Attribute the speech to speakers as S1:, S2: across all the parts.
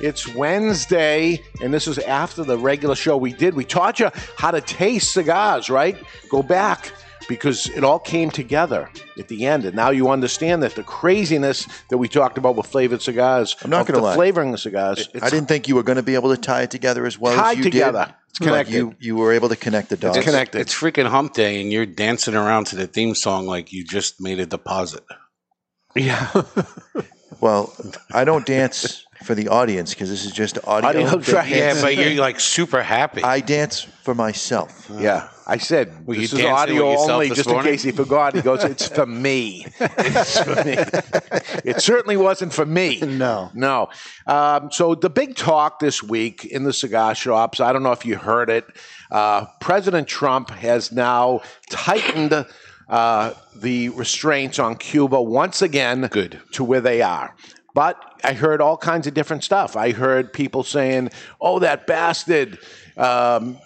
S1: It's Wednesday, and this is after the regular show we did. We taught you how to taste cigars, right? Go back because it all came together at the end, and now you understand that the craziness that we talked about with flavored cigars.
S2: I'm not
S1: of
S2: gonna
S1: the
S2: lie.
S1: flavoring the cigars.
S2: I didn't think you were going to be able to tie it together as well
S1: Tied
S2: as you
S1: together.
S2: did.
S1: It's
S2: But
S1: connected.
S2: You, you were able to connect the dots.
S1: It's connected.
S3: It's freaking hump day, and you're dancing around to the theme song like you just made a deposit.
S1: yeah.
S2: Well, I don't dance for the audience because this is just audio.
S1: Audio
S2: that
S1: track.
S2: hits.
S3: Yeah, but you're like super happy.
S2: I dance for myself.
S1: yeah. I said
S3: Were you
S1: this is
S3: dancing
S1: audio
S3: with yourself
S1: only,
S3: this
S1: just
S3: morning?
S1: in case he forgot. He goes, "It's for me. It's for me. it certainly wasn't for me."
S2: No.
S1: No. Um, so the big talk this week in the cigar shops, I don't know if you heard it, uh, President Trump has now tightened uh, the restraints on Cuba once again
S3: Good.
S1: to where they are. But I heard all kinds of different stuff. I heard people saying, oh, that bastard. Um,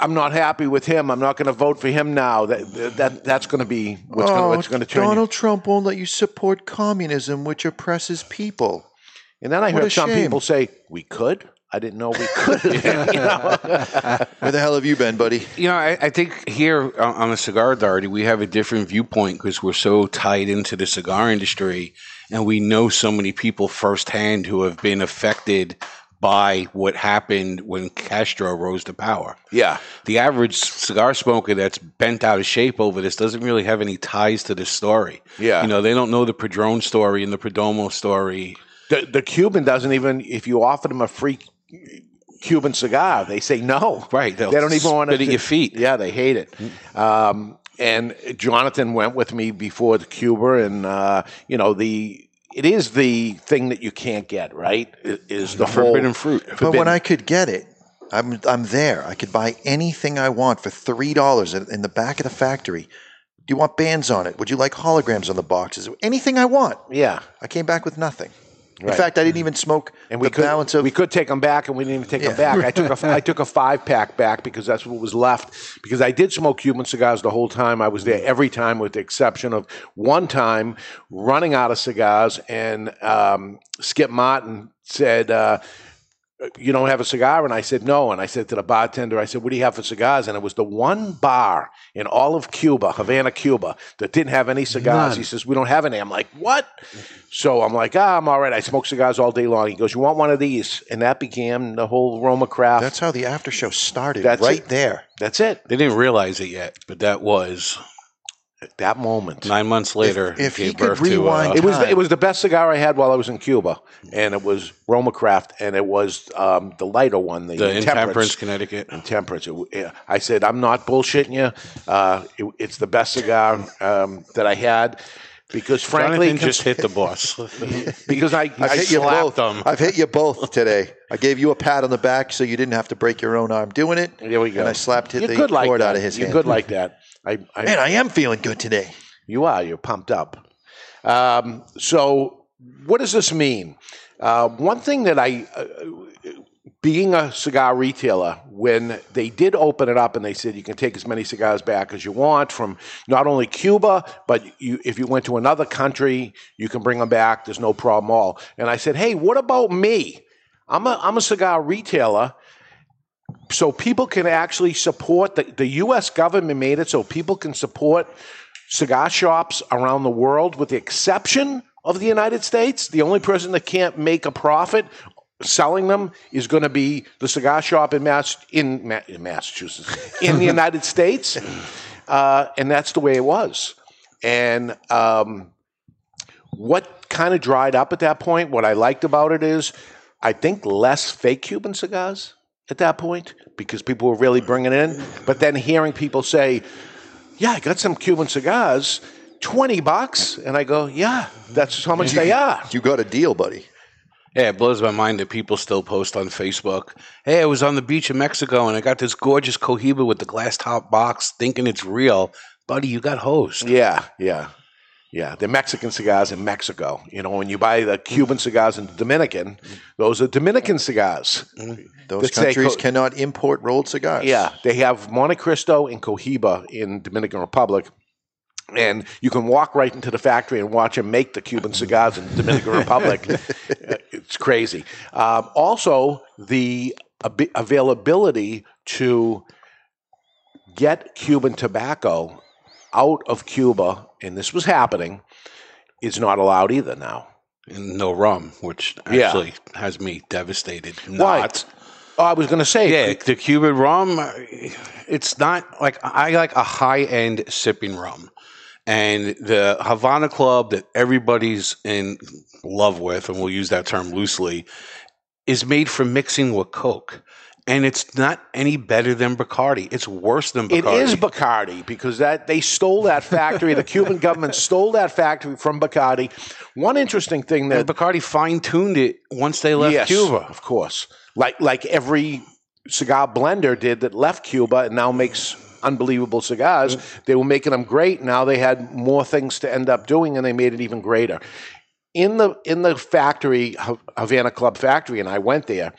S1: I'm not happy with him. I'm not going to vote for him now. That, that that's going to be what's
S2: oh,
S1: going to turn. you-
S2: Donald Trump won't let you support communism, which oppresses people.
S1: And then I
S2: What a
S1: heard some
S2: shame.
S1: people say, we could. I didn't know we could. You know?
S2: Where the hell have you been, buddy?
S3: you know, I, I think here on, on the Cigar Authority, we have a different viewpoint because we're so tied into the cigar industry and we know so many people firsthand who have been affected by what happened when Castro rose to power.
S1: Yeah.
S3: The average cigar smoker that's bent out of shape over this doesn't really have any ties to this story.
S1: Yeah.
S3: You know, they don't know the Padron story and the Perdomo story.
S1: The, the Cuban doesn't even, if you offer them a free Cuban cigar, they say no.
S3: Right.
S1: They don't even want
S3: spit at your feet.
S1: Yeah, they hate it. Um, and Jonathan went with me before the Cuba, and, uh, you know, the. It is the thing that you can't get, right? It Is the whole
S3: Forbidden fruit.
S2: But when
S1: Forbidden.
S2: I could get it, I'm I'm there. I could buy anything I want for three dollars in the back of the factory. Do you want bands on it? Would you like holograms on the boxes? Anything I want.
S1: yeah.
S2: I came back with nothing. In
S1: Right.
S2: fact, I didn't even smoke the
S1: And we could
S2: balance of
S1: we could take them back, and we didn't even take them
S2: Yeah.
S1: back. I took a I took a five pack back because that's what was left. Because I did smoke Cuban cigars the whole time I was there, every time with the exception of one time running out of cigars. And um, Skip Martin said, uh, "You don't have a cigar?" And I said, "No." And I said to the bartender, "I said, what do you have for cigars?" And it was the one bar in all of Cuba, Havana, Cuba, that didn't have any cigars. He says, "We don't have any." I'm like, "What?" So I'm like, ah, I'm all right. I smoke cigars all day long. He goes, you want one of these? And that became the whole Roma craft.
S2: That's how the after show started.
S1: That's
S2: right
S1: it.
S2: there.
S1: That's it.
S3: They didn't realize it yet, but that was
S1: At that moment,
S3: nine months later.
S2: if he
S3: gave
S2: could
S3: birth to, uh,
S2: rewind-
S1: it was
S2: time.
S1: it was the best cigar I had while I was in Cuba, and it was Roma craft, and it was um, the lighter one, the,
S3: the
S1: temperance.
S3: Intemperance, Connecticut.
S1: Temperance. It w- yeah. I said, I'm not bullshitting you. Uh, it- it's the best cigar um, that I had because, frankly,
S3: Jonathan just hit the boss.
S1: because I, I,
S2: I've hit you both.
S3: slapped them.
S2: I've hit you both today. I gave you a pat on the back so you didn't have to break your own arm doing it.
S1: there we go.
S2: And I slapped hit
S1: You're
S2: the
S1: good
S2: cord
S1: like that.
S2: out of his
S1: You're
S2: hand.
S1: good like that. I, I,
S2: Man, I am feeling good today.
S1: You are. You're pumped up. Um, so, what does this mean? Uh, one thing that I, uh, being a cigar retailer, when they did open it up and they said you can take as many cigars back as you want from not only Cuba, but you, if you went to another country, you can bring them back. There's no problem at all. And I said, hey, what about me? I'm a, I'm a cigar retailer so people can actually support the, the U.S. government made it so people can support cigar shops around the world, with the exception of the United States, the only person that can't make a profit selling them is going to be the cigar shop in Mass in, Ma- in Massachusetts in the United States, uh, and that's the way it was. And um, what kind of dried up at that point? What I liked about it is, I think less fake Cuban cigars at that point because people were really bringing it in. But then hearing people say, "Yeah, I got some Cuban cigars." 20 bucks and I go, yeah, that's how much they are.
S2: You got a deal, buddy.
S3: Yeah, it blows my mind that people still post on Facebook. Hey, I was on the beach in Mexico and I got this gorgeous cohiba with the glass top box, thinking it's real. Buddy, you got hosed.
S1: Yeah, yeah, yeah. The Mexican cigars in Mexico. You know, when you buy the Cuban cigars in the Dominican, those are Dominican cigars.
S2: Those
S1: Let's say
S2: countries
S1: co-
S2: cannot import rolled cigars.
S1: Yeah, they have Monte Cristo and Cohiba in Dominican Republic. And you can walk right into the factory and watch them make the Cuban cigars in the Dominican Republic. Uh, it's crazy. Um, also, the ab- availability to get Cuban tobacco out of Cuba, and this was happening, is not allowed either now.
S3: And no rum, which
S1: Yeah.
S3: actually has me devastated.
S1: Why?
S3: Not.
S1: Oh, I was going to say,
S3: Yeah, the Cuban rum, it's not like I like a high end sipping rum. And the Havana Club that everybody's in love with, and we'll use that term loosely, is made for mixing with Coke. And it's not any better than Bacardi. It's worse than Bacardi.
S1: It is Bacardi because that they stole that factory. the Cuban government stole that factory from Bacardi. One interesting thing that
S3: And Bacardi fine tuned it once they left
S1: yes,
S3: Cuba.
S1: of course, like like every cigar blender did that left Cuba and now makes unbelievable cigars.
S3: Mm.
S1: They were making them great. Now they had more things to end up doing, and they made it even greater. In the in the factory Ha- Havana Club factory, and I went there.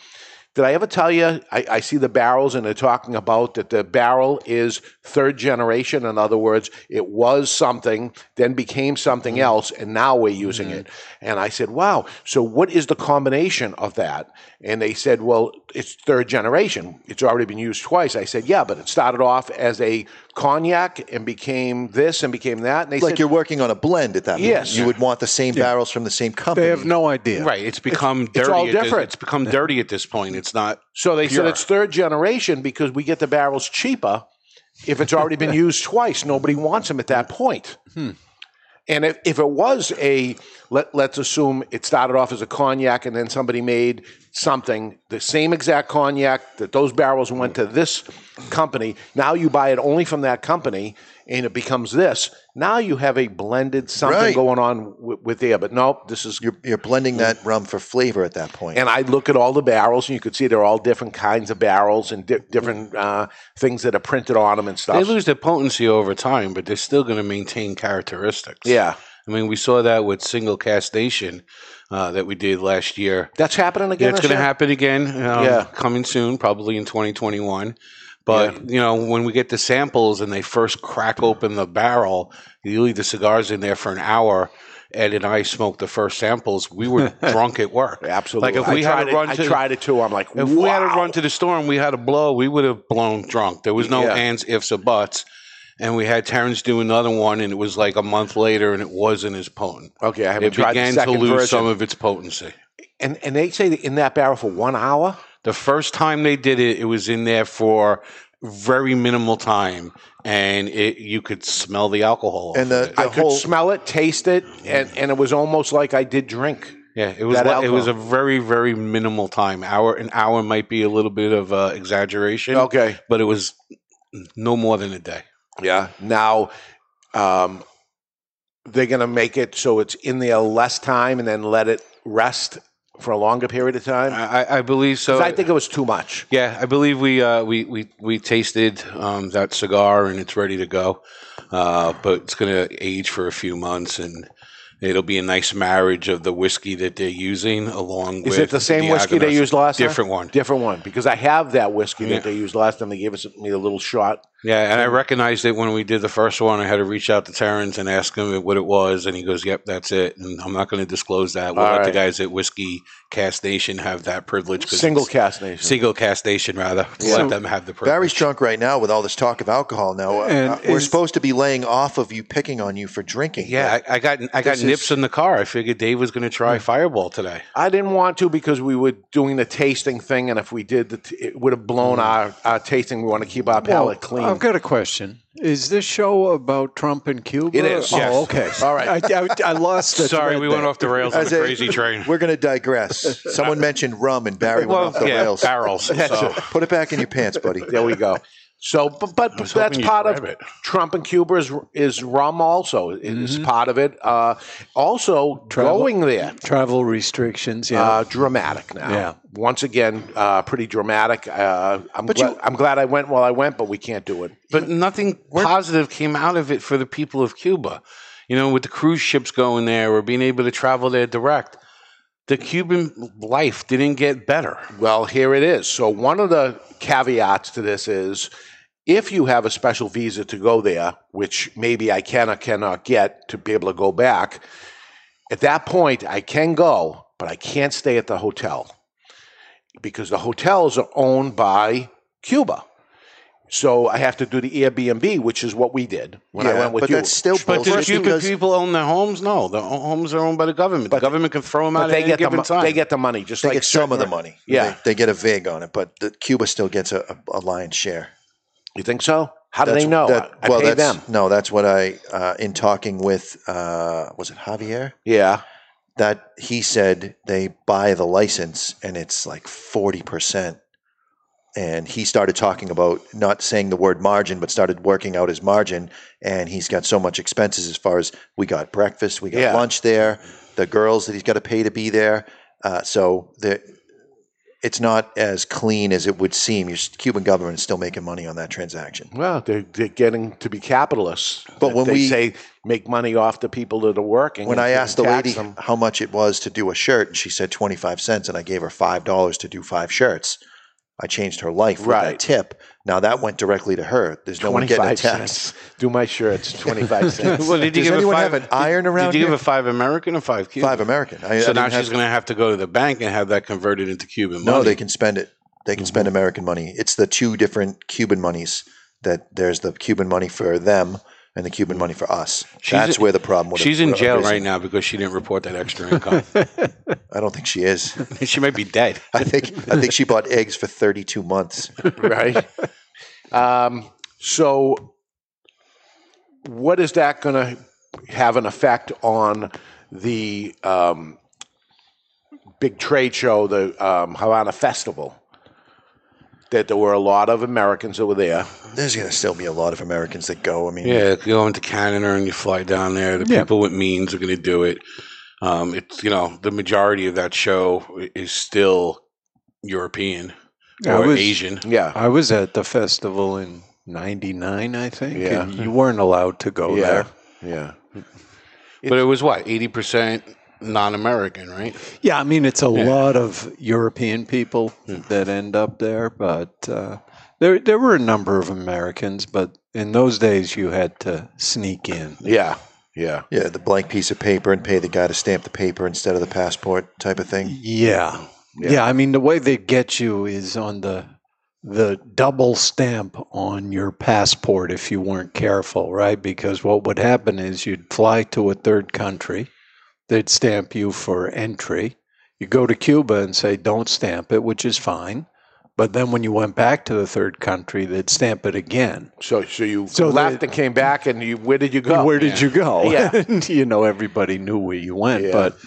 S1: Did I ever tell you? I, I see the barrels, and they're talking about that the barrel is third generation. In other words, it was something, then became something else, and now we're using it. And I said, wow, so what is the combination of that? And they said, well, it's third generation. It's already been used twice. I said, yeah, but it started off as a cognac and became this and became that. And they
S2: Like
S1: said,
S2: you're working on a blend at that point.
S1: Yes.
S2: You would want the same barrels from the same company.
S4: They have no idea.
S3: Right. It's become dirty.
S1: all
S3: at this-
S1: different.
S3: it's become dirty at this point. It's not
S1: So they
S3: Pure.
S1: said it's third generation because we get the barrels cheaper if it's already been used twice. Nobody wants them at that point. And if, if it was a, let, let's assume it started off as a cognac and then somebody made something, the same exact cognac that those barrels went to this company. Now you buy it only from that company and it becomes this. Now you have a blended something
S2: Right.
S1: going on with, with there. But nope, this is
S2: You're, you're blending that rum for flavor at that point.
S1: and I look at all the barrels, and you could see they're all different kinds of barrels and di- different uh, things that are printed on them and stuff.
S3: They lose their potency over time, but they're still going to maintain characteristics.
S1: yeah,
S3: I mean, we saw that with single castation uh, that we did last year.
S1: that's happening again.
S3: That's
S1: this
S3: going to
S1: year?
S3: happen again. um,
S1: Yeah.
S3: Coming soon, probably in 2021. But, you know, when we get the samples and they first crack open the barrel, you leave the cigars in there for an hour. Ed and I smoked the first samples. We were drunk at work.
S1: Absolutely.
S3: Like if we
S1: I
S3: had
S1: tried
S3: to run
S1: it,
S3: to
S1: I tried it too. I'm like,
S3: if
S1: wow.
S3: we had to run to the store and we had a blow, we would have blown drunk. There was no
S1: Yeah.
S3: ands, ifs, or buts. And we had Terrence do another one, and it was like a month later, and it wasn't as potent.
S1: okay, I haven't
S3: It
S1: tried the
S3: began to
S1: second
S3: lose
S1: version.
S3: some of its potency.
S1: and and they say that in that barrel for one hour.
S3: The first time they did it, it was in there for very minimal time, and it you could smell the alcohol.
S2: And
S3: off
S2: the-
S3: of it.
S2: the
S1: I could
S2: whole-
S1: smell it, taste it, and, and it was almost like I did drink.
S3: yeah, it was
S1: that
S3: like- it was a
S1: alcohol.
S3: very very minimal time. Hour an hour might be a little bit of uh, exaggeration,
S1: Okay.
S3: but it was no more than a day.
S1: Yeah. Now, um, they're going to make it so it's in there less time and then let it rest for a longer period of time.
S3: I, I- I believe so.
S1: 'Cause I think it was too much.
S3: Yeah, I believe we uh, we we we tasted um, that cigar and it's ready to go, uh, but it's going to age for a few months and it'll be a nice marriage of the whiskey that they're using along with.
S1: Is it the same whiskey they
S3: Diagonos.
S1: used last time?
S3: Different one.
S1: Different one. Because I have that whiskey
S3: Yeah.
S1: that they used last time. They gave us me a little shot
S3: Yeah, and I recognized it when we did the first one. I had to reach out to Terrence and ask him what it was, and he goes, "Yep, that's it." And I'm not going to disclose that. We'll
S1: All
S3: let the
S1: right.
S3: guys at Whiskey Cast Nation have that privilege. 'cause
S1: Single
S3: it's-
S1: cast nation.
S3: single cast nation rather.
S2: Yeah.
S3: Let them have the privilege.
S2: Barry's drunk right now with all this talk of alcohol. Now uh,
S3: And
S2: uh, we're
S3: is-
S2: supposed to be laying off of you, picking on you for drinking.
S3: yeah, I, I got I got
S2: This
S3: nips
S2: is-
S3: in the car. I figured Dave was going to try Fireball today.
S1: I didn't want to because we were doing the tasting thing, and if we did, the t- it would have blown
S3: Mm.
S1: our, our tasting. We want to keep our palate clean.
S4: Oh, I've got a question. Is this show about Trump and Cuba?
S1: It is,
S4: Oh,
S1: yes.
S4: okay. All
S1: right.
S4: I, I, I lost the
S3: Sorry,
S4: thread
S3: we
S4: there.
S3: went off the rails on a
S2: As a-
S3: crazy train.
S2: We're going to digress. Someone mentioned rum, and Barry went off the
S3: yeah,
S2: rails.
S3: barrels. So.
S2: Put it back in your pants, buddy.
S1: there we go. So, but, but that's
S3: was hoping you'd
S1: part of
S3: grab it.
S1: Trump and Cuba is, is rum also It is
S3: Mm-hmm.
S1: part of it. Uh, also,
S4: Travel.
S1: going there.
S4: Travel restrictions. Yeah.
S1: Uh, dramatic now.
S4: Yeah.
S1: Once again, uh, pretty dramatic. Uh, I'm,
S2: But
S1: glad,
S2: you-
S1: I'm glad I went while I went, but we can't do it.
S3: But nothing positive came out of it for the people of Cuba. You know, with the cruise ships going there or being able to travel there direct, the Cuban life didn't get better.
S1: Well, here it is. So, one of the caveats to this is if you have a special visa to go there, which maybe I can or cannot get to be able to go back, at that point, I can go, but I can't stay at the hotel because the hotels are owned by Cuba. So, I have to do the Airbnb, which is what we did when I
S2: Yeah,
S1: went with
S2: but
S1: you.
S2: that's still
S3: But the
S2: bullshit
S3: Cuban
S2: because
S3: people own their homes? No, their own homes are owned by the government. the government can throw them out
S1: but
S3: at
S1: they
S3: any
S1: get, the,
S3: given
S1: mo-
S3: time.
S1: they get the money, just
S2: they
S1: like
S2: get some of the
S1: certain-
S2: money.
S1: Yeah.
S2: they, they get a vig on it, but the, Cuba still gets a, a, a lion's share.
S1: You think so? How do
S2: That's-
S1: they know?
S2: that-
S1: I, I
S2: well,
S1: pay
S2: that's,
S1: them.
S2: No, that's what I uh, in talking with uh, was it Javier
S1: Yeah.
S2: that he said they buy the license and it's like forty percent. And he started talking about not saying the word margin, but started working out his margin. And he's got so much expenses as far as we got breakfast, we got
S1: Yeah.
S2: lunch there, the girls that he's got to pay to be there. Uh, so the, it's not as clean as it would seem. Your Cuban government is still making money on that transaction.
S1: Well, they're, they're getting to be capitalists.
S2: But
S1: That
S2: when
S1: they
S2: we-
S1: say make money off the people that are working,
S2: when
S1: and
S2: I
S1: can
S2: asked the
S1: tax
S2: lady
S1: them.
S2: how much it was to do a shirt, and she said twenty five cents, and I gave her five dollars to do five shirts. I changed her life with
S1: Right.
S2: that tip. Now that went directly to her. There's no one getting a
S1: twenty-five
S2: tax.
S1: cents, do my shirts twenty-five cents.
S3: well, did you
S2: Does
S3: give
S2: anyone
S3: a
S2: have
S3: five,
S2: an iron around
S3: Did you
S2: here?
S3: give a five American or five Cuban?
S2: Five American. I, I
S3: So now
S2: didn't have-
S3: she's going to have to go to the bank and have that converted into Cuban
S2: no.
S3: money. Mm-hmm.
S2: They can spend it. They can spend American money. It's the two different Cuban monies that there's the Cuban money for them and the Cuban money for us.
S3: She's
S2: That's
S3: in-
S2: where the problem. Would
S3: She's in jail right now because she didn't report that extra income.
S2: now. I don't think she is.
S3: she might be dead.
S2: I think I think she bought eggs for thirty two months.
S1: right? Um, so, what is that going to have an effect on the um, big trade show, the um, Havana Festival? That there were a lot of Americans that were there.
S2: There's going to still be a lot of Americans that go. I mean,
S3: Yeah, going to Canada and you fly down there. The
S4: Yeah.
S3: people with means are going to do it. Um, it's you know the majority of that show i- is still European
S4: I
S3: or
S4: was-
S3: Asian.
S1: Yeah.
S4: I was at the festival in '99, I think,
S1: Yeah.
S4: and you weren't allowed to go
S1: Yeah.
S4: there.
S1: Yeah.
S3: But it was what eighty percent non-American, right?
S4: Yeah, I mean, it's a lot of European people
S1: Hmm.
S4: that end up there, but uh, there there were a number of Americans, but in those days you had to sneak in.
S1: Yeah. Yeah.
S2: yeah, the blank piece of paper and pay the guy to stamp the paper instead of the passport type of thing.
S4: Yeah. yeah, I mean, the way they get you is on the the double stamp on your passport if you weren't careful, right? Because what would happen is you'd fly to a third country, they'd stamp you for entry. You go to Cuba and say, don't stamp it, which is fine. But then when you went back to the third country, they'd stamp it again.
S1: So, so you
S4: So
S1: left
S4: the-
S1: and came back, and you where did you go?
S4: where did you go?
S1: Yeah.
S4: And, you know, everybody knew where you went.
S1: Yeah.
S4: But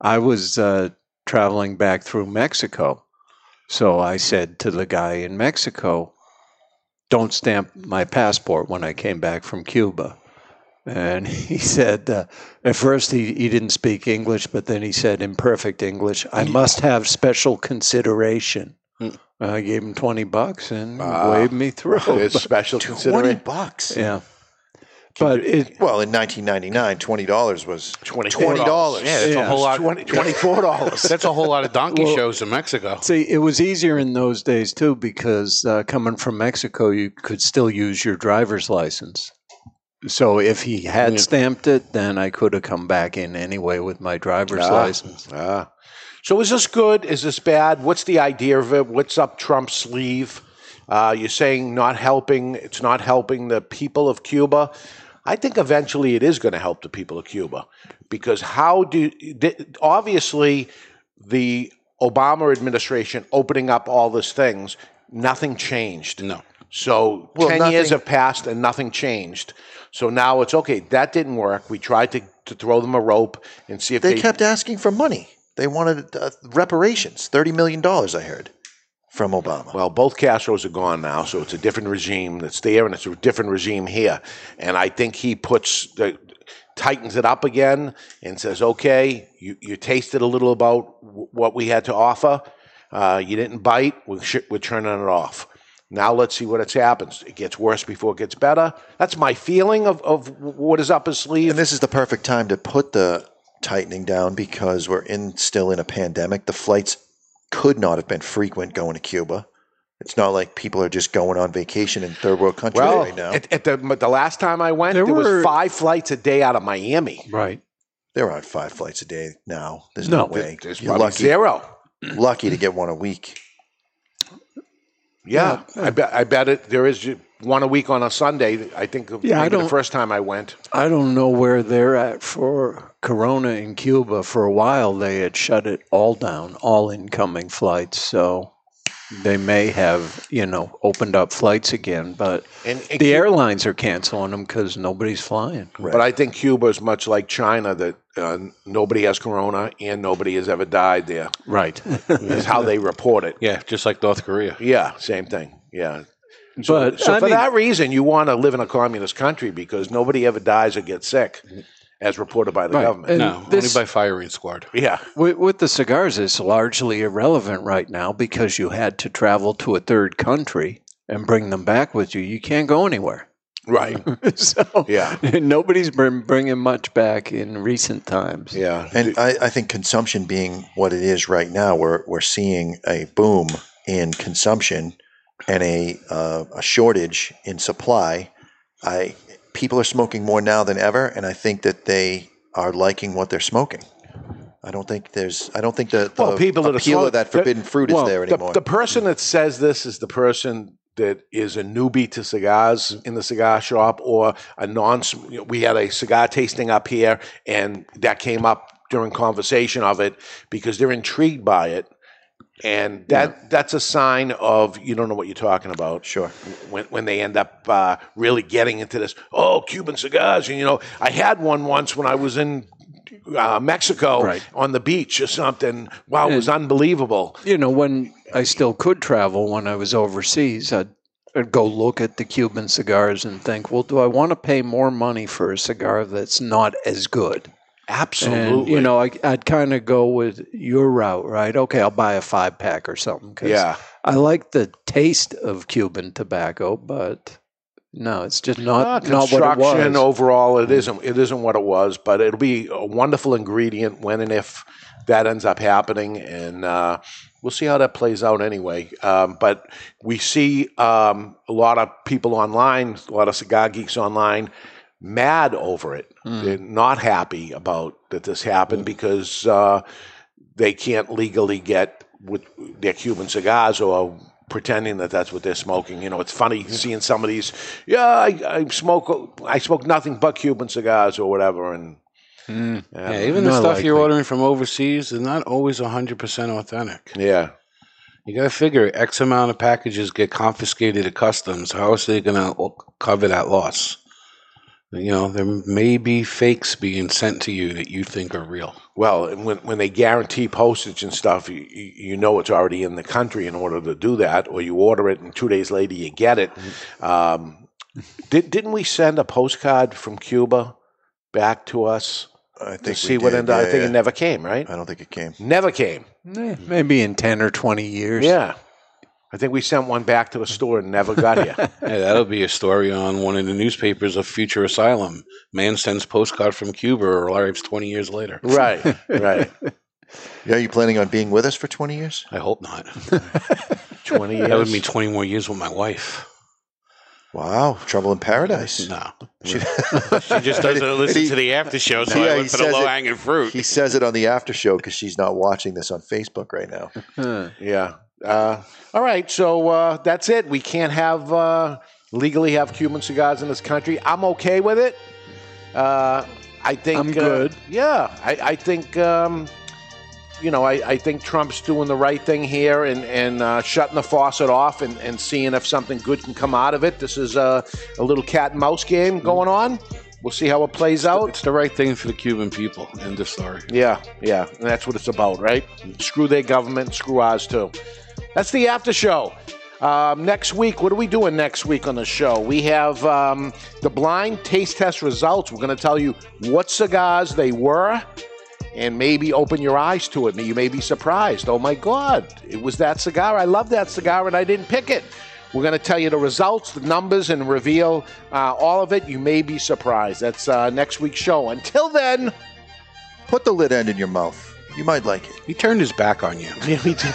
S4: I was uh, traveling back through Mexico. So I said to the guy in Mexico, don't stamp my passport when I came back from Cuba. And he said, uh, at first he, he didn't speak English, but then he said in perfect English, I must have special consideration.
S1: Hmm.
S3: Mm.
S4: I gave him 20 bucks and
S1: Ah.
S4: waved me through.
S1: There's special
S2: Twenty
S1: consideration.
S2: bucks.
S4: yeah. But it,
S2: Well, in 1999, twenty dollars was
S1: $24.
S2: twenty dollars.
S3: Yeah, that's a whole lot.
S1: Twenty twenty-four dollars
S3: That's a whole lot of donkey
S4: Well-
S3: shows in Mexico.
S4: see, it was easier in those days too because uh, coming from Mexico, you could still use your driver's license. So if he had
S3: Yeah.
S4: stamped it, then I could have come back in anyway with my driver's
S1: Ah.
S4: license.
S1: Ah. So is this good? Is this bad? What's the idea of it? What's up Trump's sleeve? Uh, you're saying not helping. It's not helping the people of Cuba. I think eventually it is going to help the people of Cuba because how do did- obviously the Obama administration opening up all these things, nothing changed.
S3: No.
S1: So
S2: Well,
S1: ten years
S2: nothing-
S1: have passed and nothing changed. So now it's okay. That didn't work. We tried to, to throw them a rope and see if
S2: They
S1: they
S2: kept asking for money. They wanted uh, reparations, thirty million dollars. I heard from Obama.
S1: Well, both Castros are gone now, so it's a different regime that's there, and it's a different regime here. And I think he puts the tightens it up again and says, "Okay, you, you tasted a little about w- what we had to offer. Uh, you didn't bite. We're, sh- we're turning it off. Now let's see what it happens. It gets worse before it gets better. That's my feeling of, of what is up his sleeve.
S2: and this is the perfect time to put the tightening down because we're in still in a pandemic. The flights could not have been frequent going to Cuba. It's not like people are just going on vacation in third world countries
S1: well,
S2: right now.
S1: at, at the the last time I went, there,
S4: There were-
S1: was five flights a day out of Miami.
S4: Right.
S2: They're on five flights a day now. There's
S4: No,
S2: no, way.
S1: There's
S2: You're
S1: probably
S2: lucky,
S1: zero.
S2: lucky to get one a week.
S1: Yeah, I bet. I bet it. There is one a week on a Sunday. I think.
S4: Yeah, I
S1: maybe the
S4: don't-
S1: first time I went.
S4: I don't know where they're at for Corona in Cuba. For a while, they had shut it all down, all incoming flights. So they may have, you know, opened up flights again, but
S1: And, and
S4: the
S1: Cu-
S4: airlines are canceling them because nobody's flying.
S1: but I think Cuba is much like China that uh, nobody has corona and nobody has ever died there.
S4: Right.
S1: Is how they report it.
S3: Yeah, just like North Korea.
S1: Yeah, same thing. Yeah.
S4: but
S1: So
S4: I
S1: for
S4: mean,
S1: that reason, you want to live in a communist country because nobody ever dies or gets sick, as reported by the
S4: Right.
S1: government.
S4: And
S3: No,
S4: this-
S3: only by firing squad.
S1: yeah.
S4: With, with the cigars, it's largely irrelevant right now because you had to travel to a third country and bring them back with you. You can't go anywhere.
S1: Right.
S4: so
S1: Yeah.
S4: nobody's been bringing much back in recent times.
S1: Yeah.
S2: And I, I think consumption being what it is right now, we're we're seeing a boom in consumption and a uh, a shortage in supply. I people are smoking more now than ever, and I think that they are liking what they're smoking. I don't think there's. I don't think the, the
S1: Well, people that are
S2: appeal
S1: smoke-
S2: of that forbidden fruit
S1: Well,
S2: is there
S1: the-
S2: anymore.
S1: The, person that says this is the person that is a newbie to cigars in the cigar shop or a non. you know, We had a cigar tasting up here, and that came up during conversation of it because they're intrigued by it, and that that's a sign of you don't know what you're talking about
S2: sure.
S1: when, when they end up uh, really getting into this. Oh, Cuban cigars, and you know, I had one once when I was in uh, Mexico
S4: Right.
S1: on the beach or something. Wow, it was unbelievable.
S4: You know, when I still could travel when I was overseas, I'd, I'd go look at the Cuban cigars and think, well, do I want to pay more money for a cigar that's not as good?
S1: Absolutely,
S4: And, you know, I, I'd kind of go with your route, right? Okay, I'll buy a five pack or something. 'cause
S1: Yeah.
S4: I like the taste of Cuban tobacco, but no, it's just not, not what it
S1: construction
S4: was.
S1: overall, it isn't it isn't what it was, but it'll be a wonderful ingredient when and if that ends up happening, and uh, we'll see how that plays out anyway. Um, but we see um, a lot of people online, a lot of cigar geeks online, mad over it.
S4: Hmm.
S1: They're not happy about that this happened because uh, they can't legally get with their Cuban cigars or pretending that that's what they're smoking. You know, it's funny seeing some of these. Yeah, I, I smoke. I smoke nothing but Cuban cigars or whatever. And
S3: Yeah, even the
S4: Not
S3: stuff you're
S4: likely.
S3: ordering from overseas is not always 100% authentic.
S1: yeah,
S3: You got to figure X amount of packages get confiscated at customs. How else are they going to cover that loss? You know, there may be fakes being sent to you that you think are real.
S1: well, and when when they guarantee postage and stuff, you, you you know it's already in the country in order to do that, or you order it and two days later you get it. Um, did, didn't we send a postcard from Cuba back to us
S2: I think
S1: to
S2: we
S1: see what
S2: did,
S1: ended? I
S2: yeah,
S1: think
S2: yeah. Uh,
S1: it never came. Right?
S2: I don't think it came.
S1: Never came.
S4: Eh, Maybe in 10 or 20 years.
S1: Yeah. I think we sent one back to the store and never got here.
S3: Yeah, that'll be a story on one of the newspapers of Future Asylum. Man sends postcard from Cuba or arrives 20 years later.
S1: right, right.
S2: Are you planning on being with us for 20 years?
S3: I hope not.
S1: 20 years.
S3: That would mean 20 more years with my wife.
S2: Wow, trouble in paradise.
S3: No.
S2: She-
S3: She just doesn't listen
S2: he-
S3: to the after show, so
S2: Yeah,
S3: I
S2: he
S3: went for
S2: says
S3: the
S2: it-
S3: low hanging fruit.
S2: he says it on the after show because she's not watching this on Facebook right now.
S1: Yeah. Uh, all right. So uh, that's it. We can't have uh, legally have Cuban cigars in this country. I'm okay with it. Uh, I think
S4: I'm
S1: uh,
S4: good.
S1: yeah. I, I think. Um, you know, I, I think Trump's doing the right thing here and, and uh, shutting the faucet off and, and seeing if something good can come out of it. This is a, a little cat and mouse game going on. We'll see how it plays out.
S3: It's the right thing for the Cuban people. End of story.
S1: Yeah, yeah. And that's what it's about, right? Screw their government, screw ours too. That's the after show. Um, next week, what are we doing next week on the show? We have um, the blind taste test results. We're going to tell you what cigars they were and maybe open your eyes to it. You may be surprised. Oh my God, it was that cigar. I love that cigar and I didn't pick it. We're going to tell you the results, the numbers, and reveal uh, all of it. You may be surprised. That's uh, next week's show. Until then.
S2: Put the lid end in your mouth. You might like it.
S3: He turned his back on you.
S1: Yeah, we did.